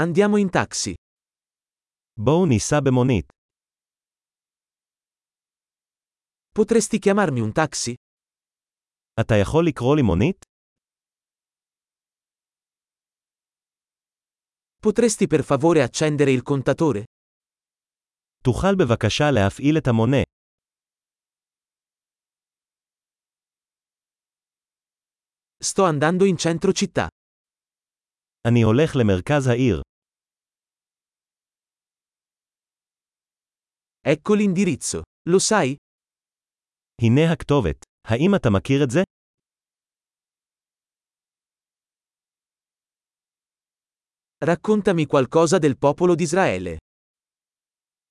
Andiamo in taxi. בואו ניסע במונית. Potresti chiamarmi un taxi? אתה יכול לקרוא לי מונית? Potresti per favore accendere il contatore? תוכל בבקשה להפעיל את המונה. Sto andando in centro città. אני הולך למרכז העיר. Ecco l'indirizzo. Lo sai? הנה הכתובת. האם אתה מכיר את זה? Raccontami qualcosa del popolo di Israele.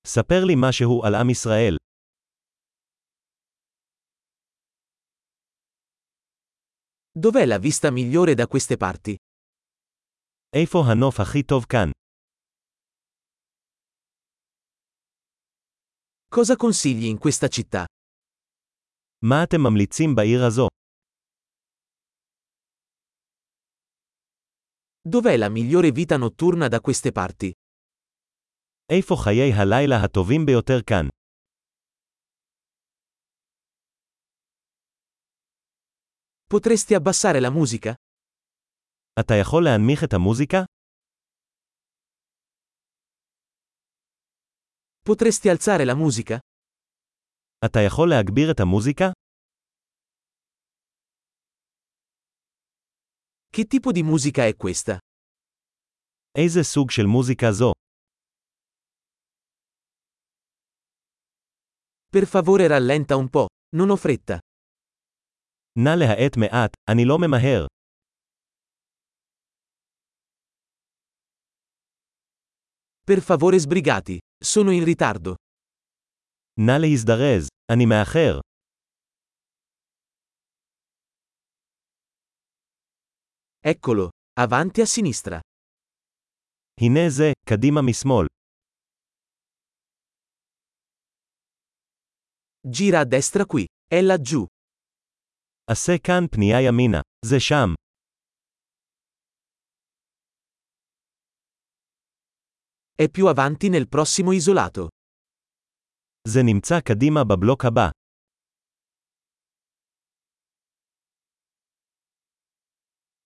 ספר לי משהו על עם ישראל. Dov'è la vista migliore da queste parti? איפה הנוף הכי טוב כאן? Cosa consigli in questa città? מה אתם ממליצים בעיר הזו? Dov'è la migliore vita notturna da queste parti? איפה חיי הלילה הטובים ביותר כאן? Potresti abbassare la musica? אתה יכול להנמיך את המוזיקה? Potresti alzare la musica? אתה יכול להגביר את המוזיקה? Che tipo di musica è questa? איזה סוג של מוזיקה זו? Per favore rallenta un po', non ho fretta. נא להאט מעט, אני לא ממהר. Per favore sbrigati, sono in ritardo. נא להזדרז, אני מאחר. Eccolo, avanti a sinistra. הנה זה, קדימה משמאל. Gira a destra qui, è laggiù. עשה כאן פנייה ימינה. זה שם. È più avanti nel prossimo isolato. זה נמצא קדימה בבלוק הבא.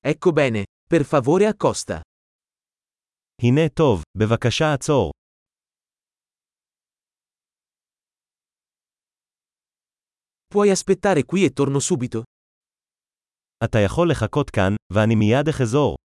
Ecco bene, per favore accosta. הנה טוב, בבקשה עצור. Puoi aspettare qui e torno subito? אתה יכול לחכות כאן, ואני מיד אחזור.